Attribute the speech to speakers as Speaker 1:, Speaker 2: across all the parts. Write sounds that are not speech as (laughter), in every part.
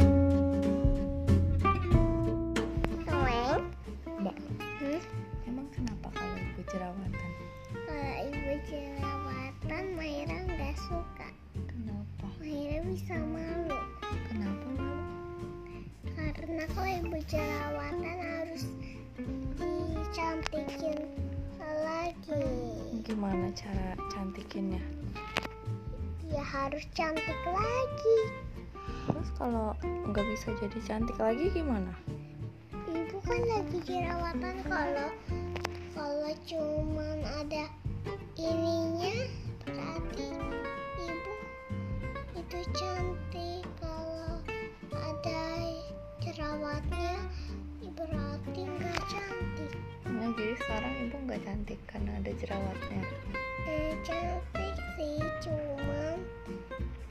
Speaker 1: Hmm? bisa malu
Speaker 2: Kenapa malu?
Speaker 1: karena kalau ibu jerawatan harus dicantikin lagi
Speaker 2: Gimana cara cantikinnya?
Speaker 1: ya harus cantik lagi
Speaker 2: Terus kalau nggak bisa jadi cantik lagi gimana?
Speaker 1: ibu kan lagi jerawatan kalau kalau cuman ada ininya berarti ibu itu cantik kalau ada jerawatnya berarti nggak cantik
Speaker 2: Nah, jadi sekarang ibu nggak cantik karena ada jerawatnya.
Speaker 1: eh cantik sih cuman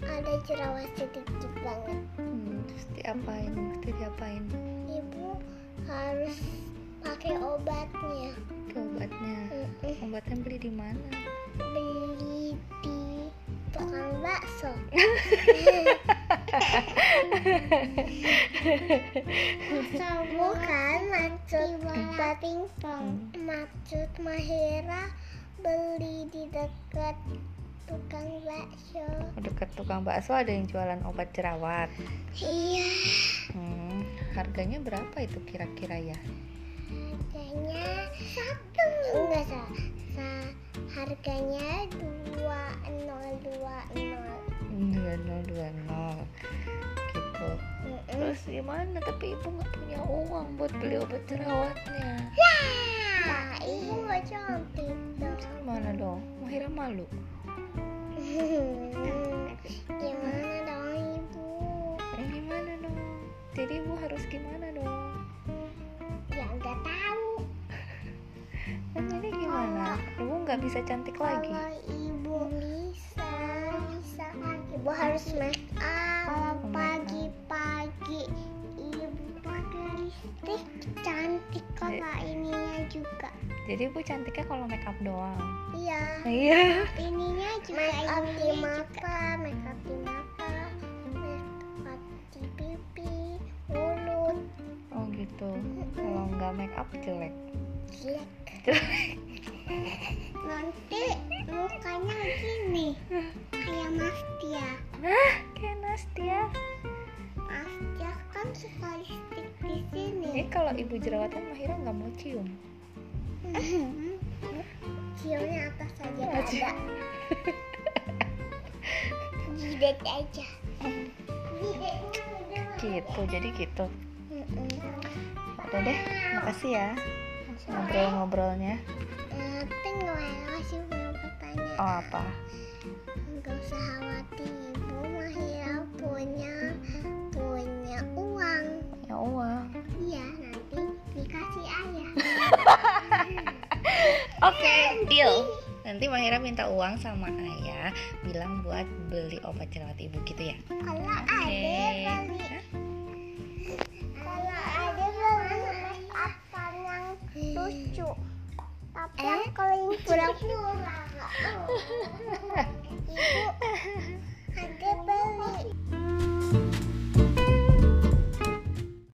Speaker 1: ada jerawat sedikit banget
Speaker 2: Hmm, terus diapain? Mesti diapain?
Speaker 1: ibu harus pakai obatnya
Speaker 2: Ke obatnya.
Speaker 1: Mm-mm.
Speaker 2: Obatnya beli di mana?
Speaker 1: beli di tukang bakso bukan maksud bola pingpong maksud Mahira beli di dekat tukang bakso
Speaker 2: Dekat Oh, tukang bakso ada yang jualan obat jerawat.
Speaker 1: iya
Speaker 2: Hmm, harganya berapa itu kira-kira ya?
Speaker 1: harganya satu enggak salah Sa- harganya dua nol dua nol
Speaker 2: 2020 gitu. Terus gimana? Tapi ibu nggak punya uang buat beli obat jerawatnya.
Speaker 1: Nah, ibu nggak cantik dong.
Speaker 2: Gimana dong? Mahira malu.
Speaker 1: (laughs) Gimana dong ibu?
Speaker 2: Eh, Gimana dong? Jadi ibu harus gimana dong?
Speaker 1: Ya nggak tahu.
Speaker 2: Kan jadi gimana? Ibu nggak bisa cantik lagi.
Speaker 1: Kalau ibu bisa, bisa ibu harus make up. Kalau
Speaker 2: Oh, make up.
Speaker 1: pagi-pagi ibu pakai lipstick cantik kalau ininya juga.
Speaker 2: Jadi ibu cantiknya kalau make up doang.
Speaker 1: Iya.
Speaker 2: Iya.
Speaker 1: ininya juga make up di mata make up di mata make up di pipi mulut
Speaker 2: Oh gitu. Kalau nggak make up jelek.
Speaker 1: jelek
Speaker 2: Jelek.
Speaker 1: nanti mukanya gini kayak Mas Tia
Speaker 2: Nah, kayak Nastia.
Speaker 1: Mas Tia kan suka lipstick di
Speaker 2: Jadi
Speaker 1: sini
Speaker 2: kalau ibu jerawatan Mahira nggak mau cium.
Speaker 1: Hmm. ciumnya atas aja
Speaker 2: Aja.
Speaker 1: nggak ada jidat aja jidatnya udah
Speaker 2: Gitu. Jadi gitu.
Speaker 1: Mm-mm.
Speaker 2: Udah deh. Makasih ya ngobrol-ngobrolnya.
Speaker 1: Nah, Nanti masih punya pertanyaan.
Speaker 2: Oh apa?
Speaker 1: Enggak usah khawatir, Ibu Mahira punya punya uang.
Speaker 2: Ya uang.
Speaker 1: Iya, nanti dikasih ayah.
Speaker 2: Oke, deal. Nanti Mahira minta uang sama ayah bilang buat beli obat jerawat ibu gitu ya.
Speaker 1: Kalau ada beli,
Speaker 2: Hah?
Speaker 1: kalau ada beli make up yang lucu. Tapi yang kelinci pura-pura. Ibu ada beli.